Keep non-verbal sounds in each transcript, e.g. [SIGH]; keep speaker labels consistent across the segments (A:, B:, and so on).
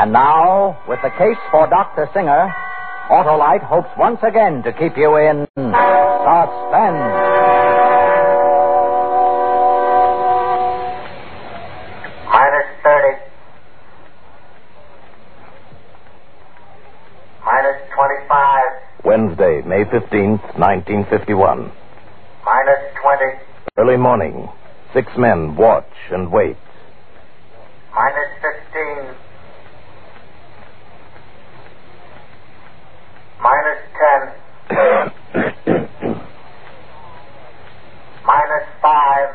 A: And now, with the case for Dr. Singer, Autolite hopes once again to keep you in suspense.
B: Minus 30. Minus 25.
C: Wednesday, May 15th, 1951.
B: Minus 20.
C: Early morning. Six men watch and wait.
B: Minus 15. Minus 10. [COUGHS] Minus 5.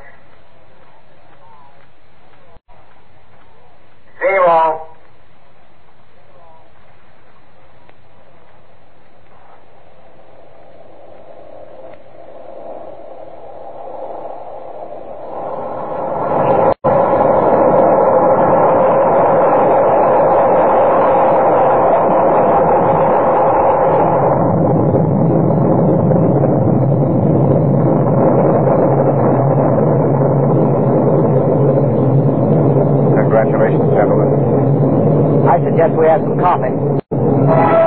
B: Zero.
C: Congratulations, gentlemen.
A: I suggest we have some coffee.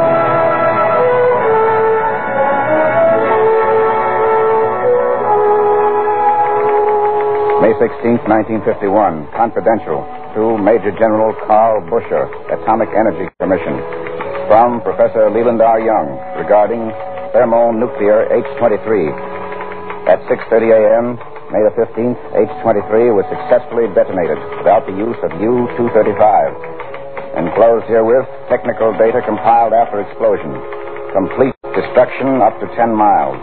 C: May 16th, 1951. Confidential to Major General Carl Buscher, Atomic Energy Commission. From Professor Leland R. Young regarding thermonuclear H-23. At 6.30 a.m., May the 15th, H-23 was successfully detonated without the use of U-235. Enclosed herewith, technical data compiled after explosion. Complete destruction up to 10 miles.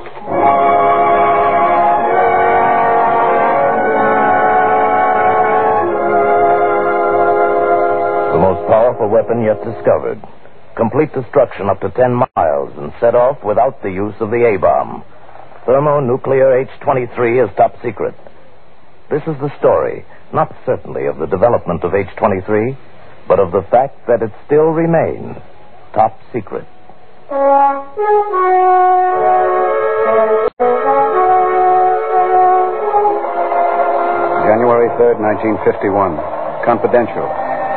C: The most powerful weapon yet discovered. Complete destruction up to 10 miles and set off without the use of the A bomb. Thermonuclear H 23 is top secret. This is the story, not certainly of the development of H 23, but of the fact that it still remains top secret. January 3rd, 1951. Confidential.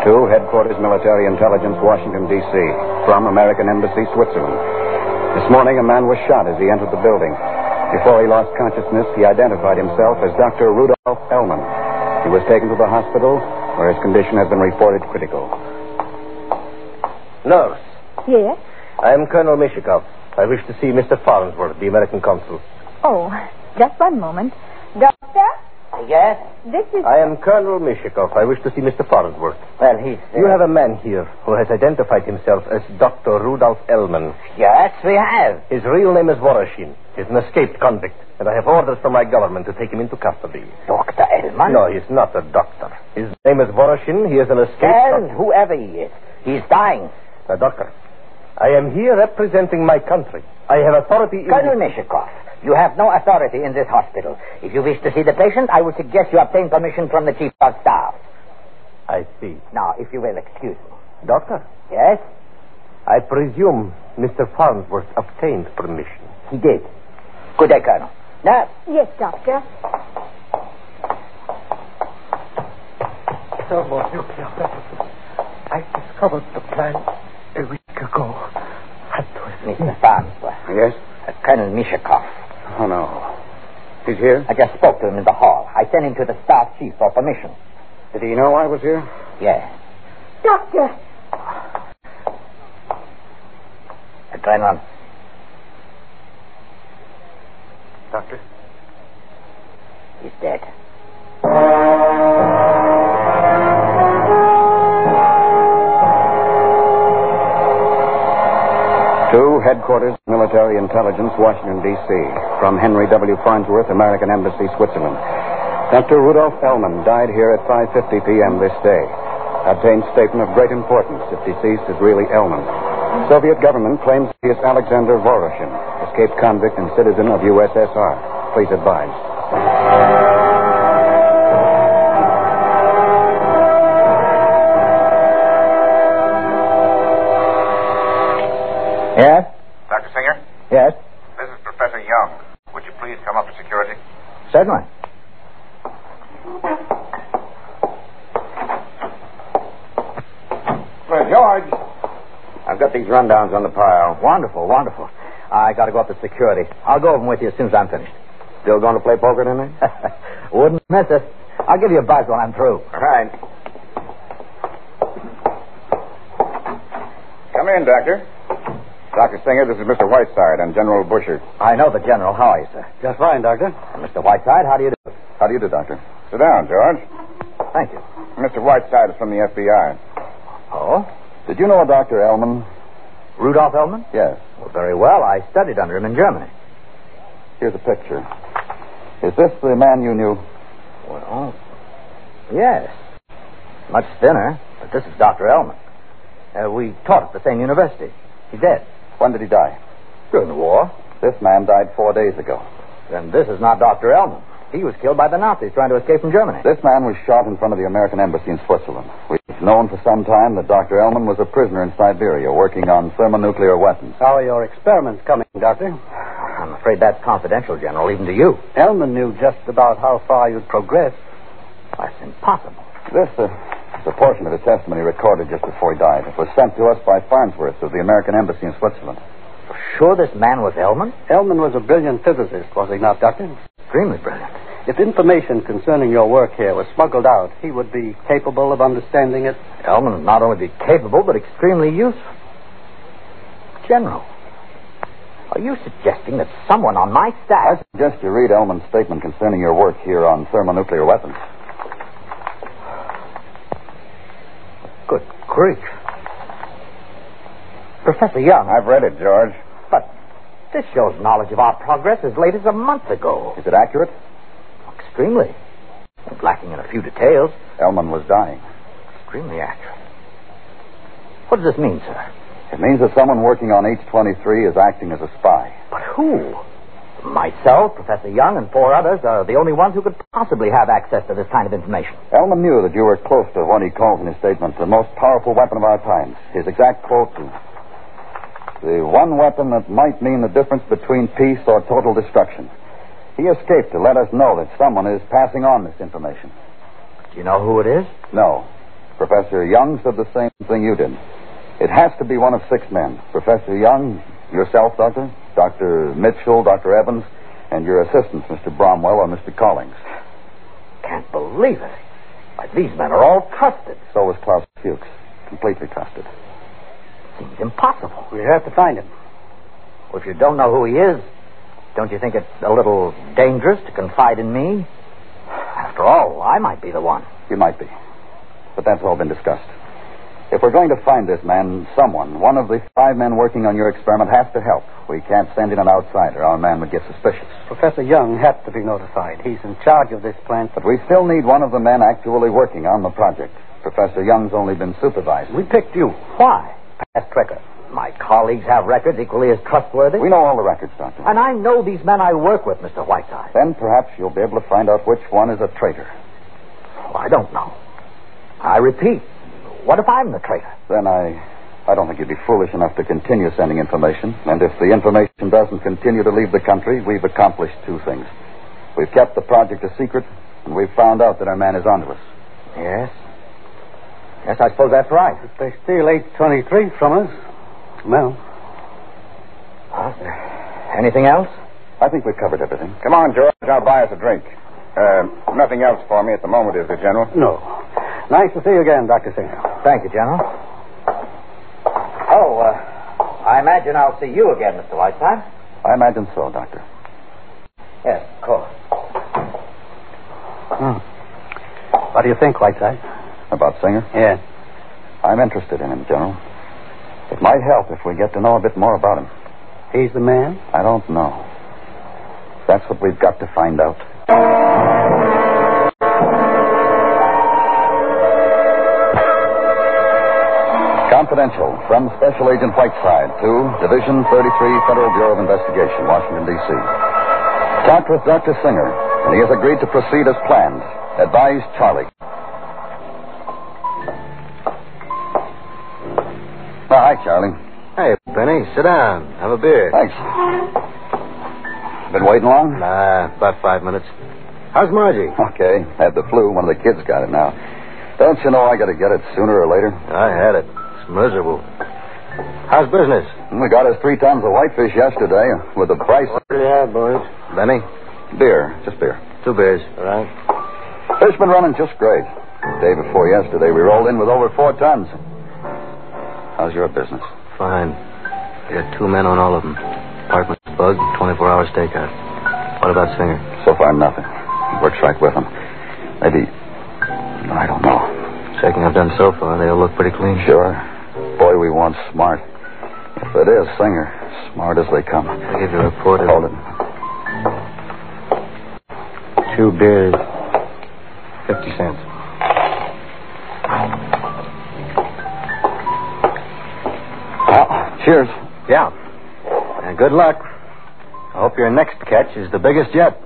C: To Headquarters Military Intelligence, Washington, D.C. From American Embassy, Switzerland. This morning, a man was shot as he entered the building. Before he lost consciousness, he identified himself as Dr. Rudolph Ellman. He was taken to the hospital, where his condition has been reported critical.
D: Nurse,
E: Yes?
D: I am Colonel Mishikov. I wish to see Mr. Farnsworth, the American consul.
E: Oh, just one moment. Doctor,
B: Yes?
E: this is.
D: I am Colonel Mishikov. I wish to see Mr. Farnsworth.
B: Well, he's.
D: You have a man here who has identified himself as Dr. Rudolf Ellman.
B: Yes, we have.
D: His real name is Voroshin. He's an escaped convict, and I have orders from my government to take him into custody.
B: Dr. Elman?
D: No, he's not a doctor. His name is Voroshin. He is an escaped
B: Well,
D: convict.
B: whoever he is, he's dying.
D: Now, doctor, I am here representing my country. I have authority in...
B: Colonel Meshikoff, you have no authority in this hospital. If you wish to see the patient, I would suggest you obtain permission from the chief of staff.
D: I see.
B: Now, if you will excuse me.
D: Doctor,
B: Yes?
D: I presume Mr. Farnsworth obtained permission.
B: He did. Good day, Colonel. Now,
E: Yes, Doctor.
F: thermonuclear weapons. I discovered the plan a week ago. And was
B: Mr. Farnsworth,
C: Yes?
B: uh, Colonel Mishikoff.
C: Oh, no. He's here?
B: I just spoke to him in the hall. I sent him to the staff chief for permission.
C: Did he know I was here?
B: Yes.
E: Doctor!
B: Uh, Colonel,
D: Doctor?
B: he's dead. [LAUGHS]
C: To Headquarters, Military Intelligence, Washington, D.C. From Henry W. Farnsworth, American Embassy, Switzerland. Dr. Rudolf Ellman died here at 5.50 p.m. this day. Obtained statement of great importance if deceased is really Elman. Soviet government claims he is Alexander Voroshin, escaped convict and citizen of USSR. Please advise.
B: Yes?
G: Dr. Singer,
B: Yes?
G: this is Professor Young. Would you please come up to security?
B: Certainly.
C: Well, George.
B: I've got these rundowns on the pile. Wonderful, wonderful. I got to go up to security. I'll go over them with you as soon as I'm finished.
C: Still going to play poker tonight?
B: Wouldn't miss it. I'll give you a buzz when I'm through.
C: All right. Come in, Doctor. Dr. Singer, this is Mr. Whiteside. I'm General Busher.
B: [LAUGHS] I know the general. How are you, sir?
H: Just fine, Doctor.
B: And Mr. Whiteside, how do you do?
C: How do you do, Doctor? Sit down, George.
B: Thank you.
C: Mr. Whiteside is from the FBI.
B: Oh?
C: Did you know a Dr. Elman?
B: Rudolph Ellman?
C: Yes.
B: Well, very well. I studied under him in Germany.
C: Here's a picture. Is this the man you knew?
B: Well, yes. Much thinner, but this is Dr. Ellman. Uh, we taught at the same university. He's dead.
C: When did he die?
B: During the war.
C: This man died four days ago.
B: Then this is not Dr. Ellman. He was killed by the Nazis trying to escape from Germany.
C: This man was shot in front of the American embassy in Switzerland. We've known for some time that Dr. Elman was a prisoner in Siberia working on thermonuclear weapons.
F: How are your experiments coming, Doctor?
B: I'm afraid that's confidential, General, even to you.
F: Elman knew just about how far you'd progress.
B: That's impossible.
C: This uh, is a portion of his testimony recorded just before he died. It was sent to us by Farnsworth of the American embassy in Switzerland.
B: You're Sure, this man was Ellman?
F: Elman was a brilliant physicist, was he not, Doctor?
B: Extremely brilliant.
F: If information concerning your work here was smuggled out, he would be capable of understanding it.
B: Ellman would not only be capable, but extremely useful. General, are you suggesting that someone on my
C: I
B: staff.
C: suggest you read Elman's statement concerning your work here on thermonuclear weapons.
B: Good grief. Professor Young,
C: I've read it, George.
B: but this shows knowledge of our progress as late as a month ago.
C: Is it accurate?
B: Extremely. And lacking in a few details.
C: Elman was dying.
B: Extremely accurate. What does this mean, sir?
C: It means that someone working on H-23 is acting as a spy.
B: But who? Myself, Professor Young, and four others are the only ones who could possibly have access to this kind of information.
C: Elman knew that you were close to what he calls in his statement the most powerful weapon of our times. His exact quote is the one weapon that might mean the difference between peace or total destruction. He escaped to let us know that someone is passing on this information.
B: Do you know who it is?
C: No. Professor Young said the same thing you did. It has to be one of six men. Professor Young, yourself, Doctor, Dr. Mitchell, Dr. Evans, and your assistants, Mr. Bromwell or Mr. Collings.
B: Can't believe it. Why, these men are all trusted.
C: So was Klaus Fuchs. Completely trusted.
B: Seems impossible.
F: We have to find him.
B: Well, if you don't know who he is, don't you think it's a little dangerous to confide in me? After all, I might be the one.
C: You might be. But that's all been discussed. If we're going to find this man, someone, one of the five men working on your experiment has to help. We can't send in an outsider. Our man would get suspicious.
F: Professor Young had to be notified. He's in charge of this plant.
C: But we still need one of the men actually working on the project. Professor Young's only been supervised.
B: We picked you. Why? Past record. My colleagues have records equally as trustworthy.
C: We know all the records, Doctor.
B: And I know these men I work with, Mr. Whiteside.
C: Then perhaps you'll be able to find out which one is a traitor.
B: Oh, I don't know. I repeat, what if I'm the traitor?
C: Then I. I don't think you'd be foolish enough to continue sending information. And if the information doesn't continue to leave the country, we've accomplished two things. We've kept the project a secret, and we've found out that our man is onto us.
B: Yes. Yes, I suppose that's right.
F: If they steal H-23 from us, well,
B: Anything else?
C: I think we've covered everything. Come on, George. I'll buy us a drink. Uh, nothing else for me at the moment, is there, General?
F: no. Nice to see you again, Dr. Singer.
B: Thank you, General. Oh, uh, I imagine I'll see you again, Mr. Whiteside.
C: I imagine so, Doctor.
B: Yes, of course.
F: What do you think, Whiteside?
C: About Singer?
F: Yeah.
C: I'm interested in him, General. It might help if we get to know a bit more about him.
F: He's the man?
C: I don't know. That's what we've got to find out. Confidential from Special Agent Whiteside to Division 33, Federal Bureau of Investigation, Washington, D.C. Talked with Dr. Singer, and he has agreed to proceed as planned. Advised Charlie. Oh, hi, Charlie.
D: Hey, Penny, sit down. Have a beer.
C: Thanks. Been waiting long?
D: Nah, Uh, about five minutes. How's Margie?
C: Okay. Had the flu. One of the kids got it now. Don't you know I got to get it sooner or later?
D: I had it. It's miserable. How's business?
C: We got us three tons of whitefish yesterday with the price.
D: Yeah, boys. Benny?
C: Beer. Just beer.
D: Two beers. All right.
C: Fish been running just great. Day before yesterday, we rolled in with over four tons. How's your business?
D: Fine. I got two men on all of them. Apartment's bug, 24 hour stakeout. What about Singer?
C: So far, nothing. Works right with them. Maybe. I don't know.
D: Checking I've done so far, they all look pretty clean.
C: Sure. Boy, we want smart. If it is Singer, smart as they come.
D: I'll give you a report of-
C: Hold it.
D: Two beers, 50 cents.
C: Well, cheers.
D: Yeah. And good luck. I hope your next catch is the biggest yet.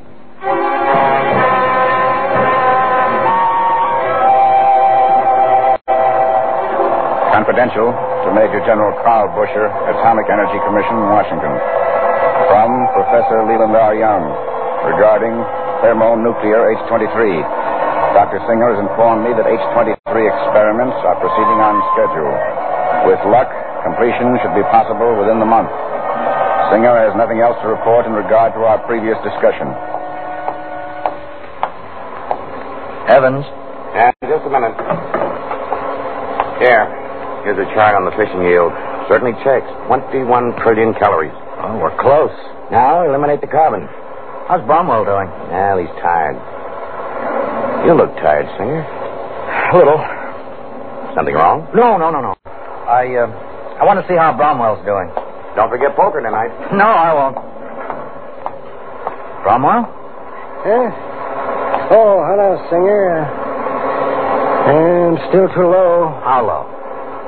C: Confidential to Major General Carl Busher, Atomic Energy Commission, Washington. From Professor Leland R. Young regarding thermonuclear H23. Dr. Singer has informed me that H23 experiments are proceeding on schedule. With luck, completion should be possible within the month. Singer has nothing else to report in regard to our previous discussion.
D: Evans.
I: And Uh, just a minute. Here. Here's a chart on the fishing yield. Certainly checks. 21 trillion calories.
D: Oh, we're close.
I: Now eliminate the carbon.
D: How's Bromwell doing?
I: Well, he's tired. You look tired, Singer.
D: A little.
I: Something wrong?
D: No, no, no, no. I, uh, I want to see how Bromwell's doing.
I: Don't forget poker tonight.
D: [LAUGHS] No, I won't. Bromwell?
B: Yeah. Oh, hello, Singer. And still too low.
D: How low?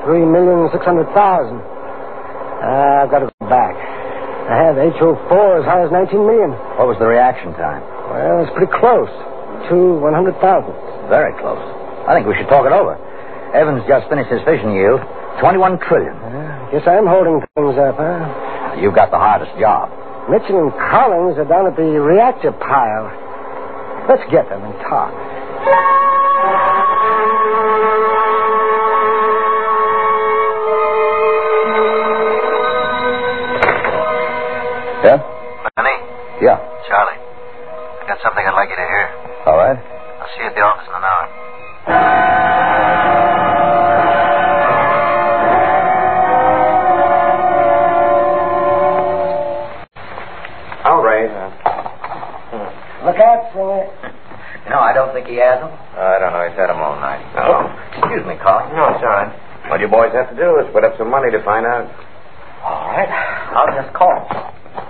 B: Three million six hundred thousand. Uh, I've got to go back. I had HO4 as high as 19 million.
D: What was the reaction time?
B: Well, it's pretty close to 100,000.
D: Very close. I think we should talk it over. Evans just finished his fishing yield. 21 trillion.
B: Guess I'm holding things up, huh?
D: You've got the hardest job.
B: Mitchell and Collins are down at the reactor pile. Let's get them and talk.
C: Yeah?
J: Benny,
C: Yeah.
J: Charlie, I got something I'd like you to hear.
C: All right.
J: I'll see you at the office in an hour.
I: All right.
B: Hmm. Look out,
I: [LAUGHS]
B: Singer.
J: No, I don't think he has them.
I: Uh, I don't know. He's had them all night.
J: Oh, excuse me, Colin.
I: No, it's all right. What you boys have to do is put up some money to find out.
J: All right. I'll just call him.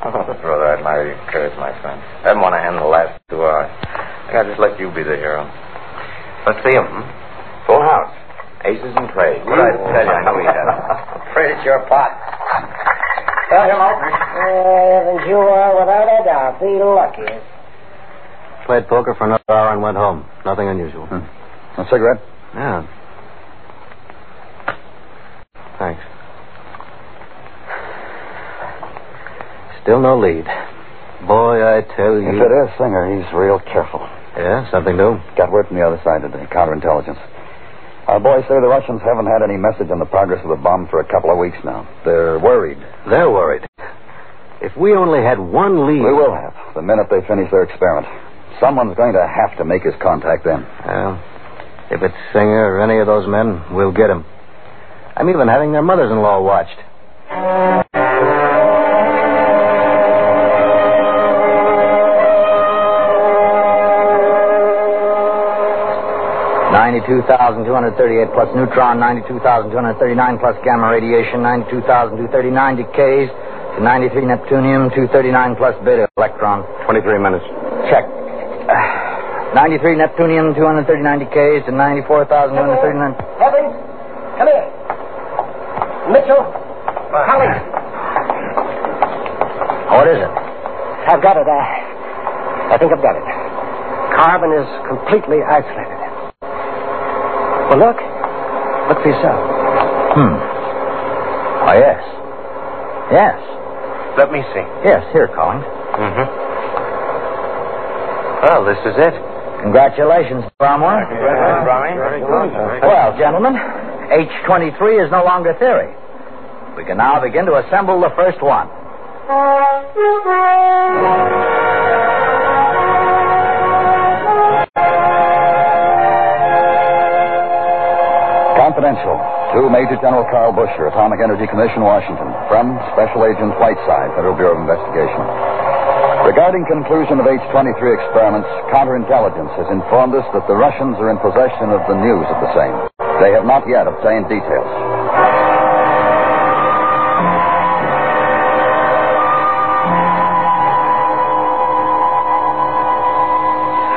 I: [LAUGHS] Brother, I admire your courage, my friend. I didn't want to end the last two hours. I think I'll just let you be the hero. Let's see him. Hmm? Full house. Aces and trades. What I tell you, I know he does.
J: Afraid it's your pot. Tell him, I'll-
B: Uh, and you are, without a doubt, the luckiest.
D: Played poker for another hour and went home. Nothing unusual.
C: Hmm. A cigarette?
D: Yeah. Thanks. Still no lead. Boy, I tell you.
C: If it is Singer, he's real careful.
D: Yeah, something new.
C: Got word from the other side today, counterintelligence. Our boys say the Russians haven't had any message on the progress of the bomb for a couple of weeks now. They're worried.
D: They're worried. If we only had one lead.
C: We will have, the minute they finish their experiment. Someone's going to have to make his contact then.
D: Well, if it's Singer or any of those men, we'll get him. I'm even having their mothers in law watched.
B: Ninety-two thousand two hundred thirty-eight plus neutron, ninety-two thousand two hundred thirty-nine plus gamma radiation, ninety-two thousand two thirty-nine decays to ninety-three neptunium, two thirty-nine plus beta electron.
I: 23 minutes.
B: Check. [SIGHS] Uh, ninety-three neptunium, two hundred thirty-nine decays to ninety-four thousand one hundred thirty-nine.
J: Evans, come here.
H: Mitchell! Holly!
B: What is it?
K: I've got it. Uh, I, I think I've got it. Carbon is completely isolated. Well, look. Look for yourself.
B: Hmm. Oh, yes. Yes.
G: Let me see.
B: Yes, here, Collins.
G: Mm-hmm. Well, this is it.
B: Congratulations, Bromwell.
G: Congratulations, Bromley. Very good. Very good.
B: Well, gentlemen, H23 is no longer theory. We can now begin to assemble the first one.
C: Confidential to Major General Carl Busher, Atomic Energy Commission, Washington, from Special Agent Whiteside, Federal Bureau of Investigation. Regarding conclusion of H-23 experiments, counterintelligence has informed us that the Russians are in possession of the news of the same. They have not yet obtained details.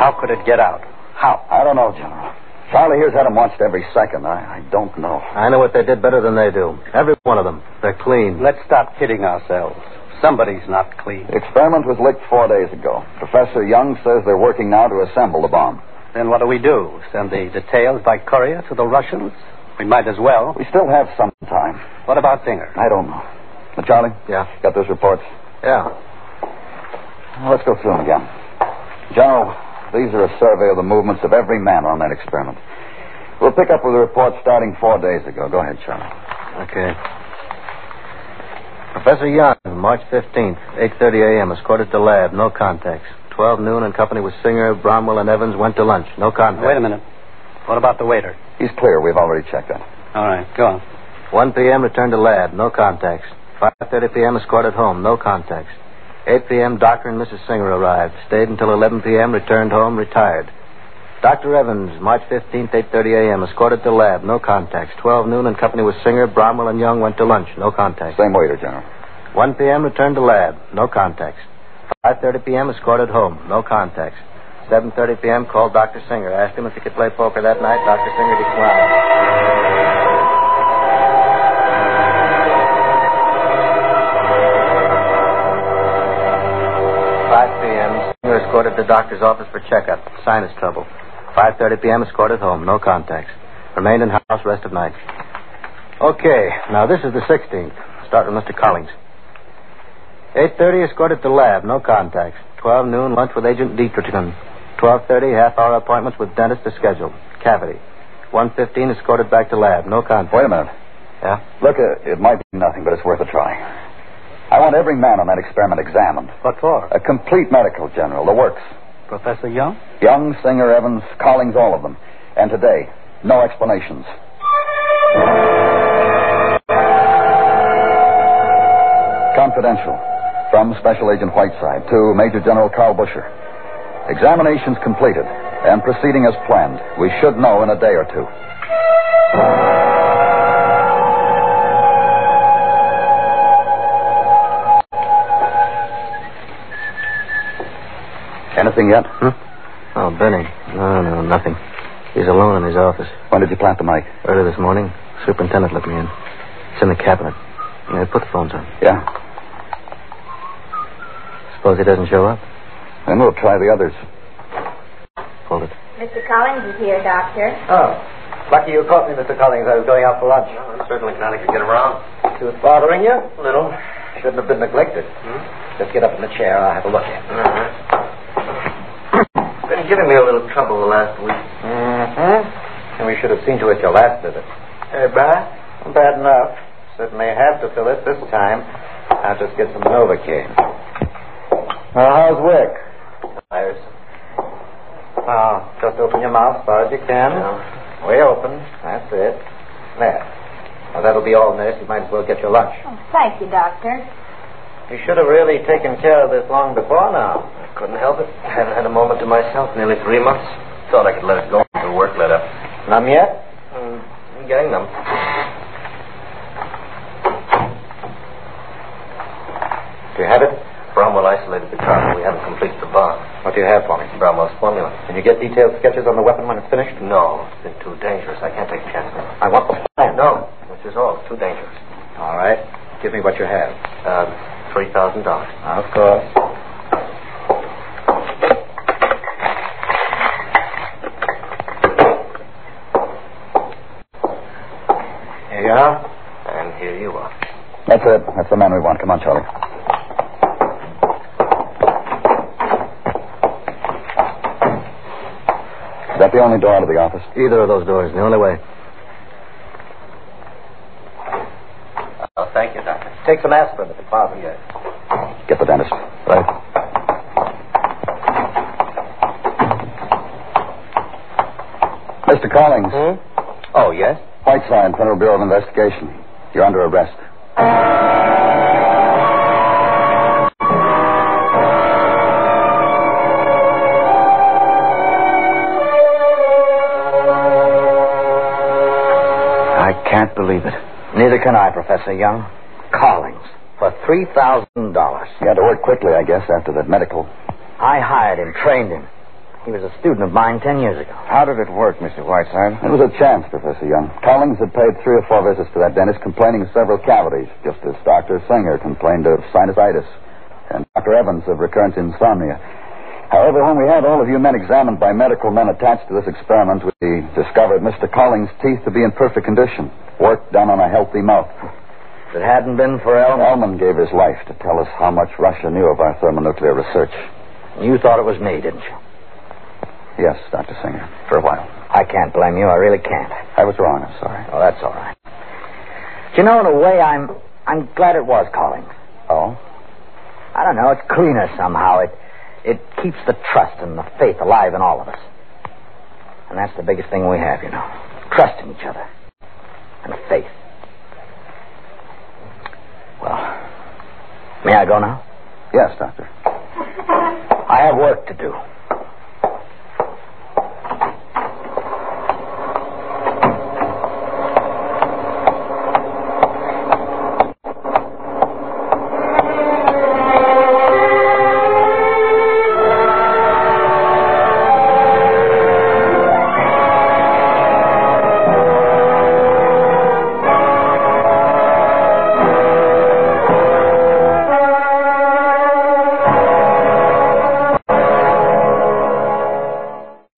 H: How could it get out? How?
C: I don't know, General. Charlie here's had 'em watched every second. I, I don't know.
D: I know what they did better than they do. Every one of them. They're clean.
H: Let's stop kidding ourselves. Somebody's not clean.
C: The experiment was licked four days ago. Professor Young says they're working now to assemble the bomb.
H: Then what do we do? Send the details by courier to the Russians? We might as well.
C: We still have some time.
H: What about Singer?
C: I don't know. But Charlie?
D: Yeah.
C: Got those reports?
D: Yeah.
C: Well, let's go through them again. General, these are a survey of the movements of every man on that experiment. We'll pick up with the report starting four days ago. Go ahead, Charlie.
D: Okay. Professor Young, March 15th, 8.30 a.m., escorted to lab. No contacts. 12 noon in company with Singer, Bromwell, and Evans. Went to lunch. No contacts.
H: Wait a minute. What about the waiter?
C: He's clear. We've already checked that.
H: All right. Go on.
D: 1 p.m., returned to lab. No contacts. 5.30 p.m., escorted home. No contacts. 8 p.m., Doctor and Mrs. Singer arrived. Stayed until 11 p.m., returned home, retired. Dr. Evans, March 15th, 8.30 a.m., escorted to lab. No contacts. 12 noon in company with Singer, Bromwell, and Young went to lunch. No contacts.
C: Same waiter, General.
D: 1 p.m., returned to lab. No contacts. 5.30 p.m., escorted home. No contacts. 7.30 p.m., called Dr. Singer. Asked him if he could play poker that night. Dr. Singer declined. escorted to doctor's office for checkup. Sinus trouble. 5.30 p.m. escorted home. No contacts. Remained in house rest of night. Okay. Now, this is the 16th. Start with Mr. Collins. 8.30 escorted to lab. No contacts. 12 noon, lunch with Agent Dietrichson. 12.30, half-hour appointments with dentist is scheduled. Cavity. 1.15 escorted back to lab. No contacts.
C: Wait a minute.
D: Yeah?
C: Look, uh, it might be nothing, but it's worth a try. I want every man on that experiment examined.
H: What for?
C: A complete medical general, the works.
H: Professor Young?
C: Young, Singer, Evans, Collings, all of them. And today, no explanations. Confidential. From Special Agent Whiteside to Major General Carl Busher. Examinations completed and proceeding as planned. We should know in a day or two. Anything yet?
D: Hmm? Oh, Benny. No, no, nothing. He's alone in his office.
C: When did you plant the mic?
D: Early this morning. Superintendent let me in. It's in the cabinet. Yeah, put the phones on.
C: Yeah.
D: Suppose he doesn't show up?
C: Then we'll try the others.
D: Hold it.
L: Mr. Collins is here, Doctor.
M: Oh. Lucky you caught me, Mr. Collins. I was going out for lunch.
G: Well, I'm certainly glad I could get around.
M: Tooth bothering you?
G: A little.
M: Shouldn't have been neglected.
G: Hmm?
M: Just get up in the chair. I'll have a look at it.
G: Uh-huh been giving me a little trouble the last week.
M: Mm-hmm. And we should have seen to it your last visit.
G: Hey, bad?
M: Bad enough. Certainly have to fill it this time. I'll just get some Novocaine. Now, how's Wick?
G: Tires.
M: Now, just open your mouth as far as you can.
G: Yeah.
M: Way open. That's it. There. Now, that'll be all, nurse. You might as well get your lunch.
L: Oh, thank you, Doctor.
M: You should have really taken care of this long before now.
G: Couldn't help it. I haven't had a moment to myself nearly three months. Thought I could let it go until work let up.
M: Numb yet?
G: Mm, I'm getting numb.
M: Do you have it?
G: Bromwell isolated the carbon. We haven't completed the bomb.
M: What do you have for me?
G: Bromwell's formula.
M: Can you get detailed sketches on the weapon when it's finished?
G: No. It's been too dangerous. I can't take chances.
M: I want the plan.
G: No. This is all. It's too dangerous. Um,
M: All right. Give me what you have.
D: Uh, $3,000.
M: Of course.
D: Here you are. And here you are.
C: That's it. That's the man we want. Come on, Charlie. Is that the only door out of the office?
D: Either of those doors, the only way.
G: Oh, thank you, Doctor.
M: Take some aspirin at the closet. Yes.
C: Get the dentist. Right. Mr. Collins.
G: Oh, yes?
C: Whiteside, Federal Bureau of Investigation. You're under arrest.
B: I can't believe it. Neither can I, Professor Young. Collins, for $3,000.
C: You had to work quickly, I guess, after that medical.
B: I hired him, trained him. He was a student of mine ten years ago.
C: How did it work, Mr. Whiteside? It was a chance, Professor Young. Collins had paid three or four visits to that dentist, complaining of several cavities, just as Dr. Singer complained of sinusitis, and Dr. Evans of recurrent insomnia. However, when we had all of you men examined by medical men attached to this experiment, we discovered Mr. Collins' teeth to be in perfect condition. Work done on a healthy mouth.
B: If it hadn't been for Elman,
C: Elman gave his life to tell us how much Russia knew of our thermonuclear research.
B: you thought it was me, didn't you?
C: Yes, Dr. Singer, for a while.
B: I can't blame you. I really can't.
C: I was wrong. I'm sorry.
B: Oh, that's all right. Do you know, in a way, I'm I'm glad it was Collins.
C: Oh?
B: I don't know. It's cleaner somehow. It it keeps the trust and the faith alive in all of us. And that's the biggest thing we have, you know. Trust in each other. And faith. Well, may I go now?
C: Yes, Doctor.
B: I have work to do.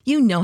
N: You know